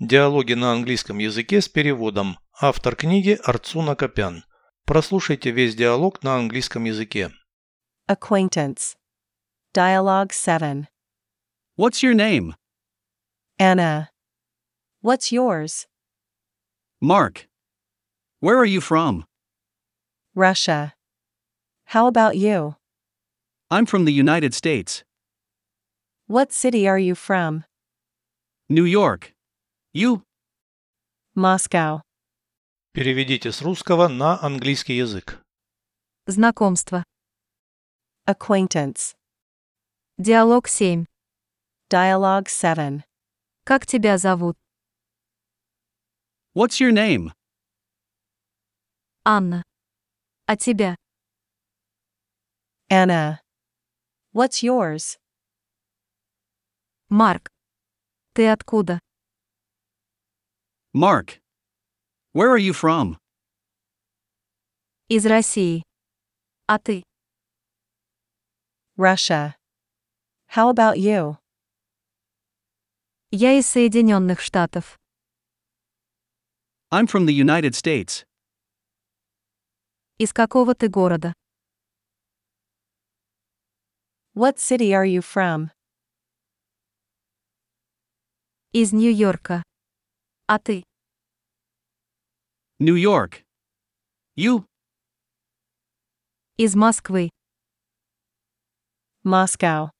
Диалоги на английском языке с переводом. Автор книги Арцуна Копян. Прослушайте весь диалог на английском языке. Acquaintance. Dialogue 7. What's your name? Anna. What's yours? Mark. Where are you from? Russia. How about you? I'm from the United States, What city are you from? New York. You? Moscow. Переведите с русского на английский язык. Знакомство. Acquaintance. Диалог 7. Dialogue 7. Как тебя зовут? What's your name? Анна. А тебя? Anna. What's yours? Марк. Ты откуда? Mark. Where are you from? Из России. А ты? Russia. How about you? Я из Соединенных Штатов. I'm from the United States, Из какого ты города? What city are you from? Из Нью-Йорка. А ты? New York. You? Из Москвы. Moscow.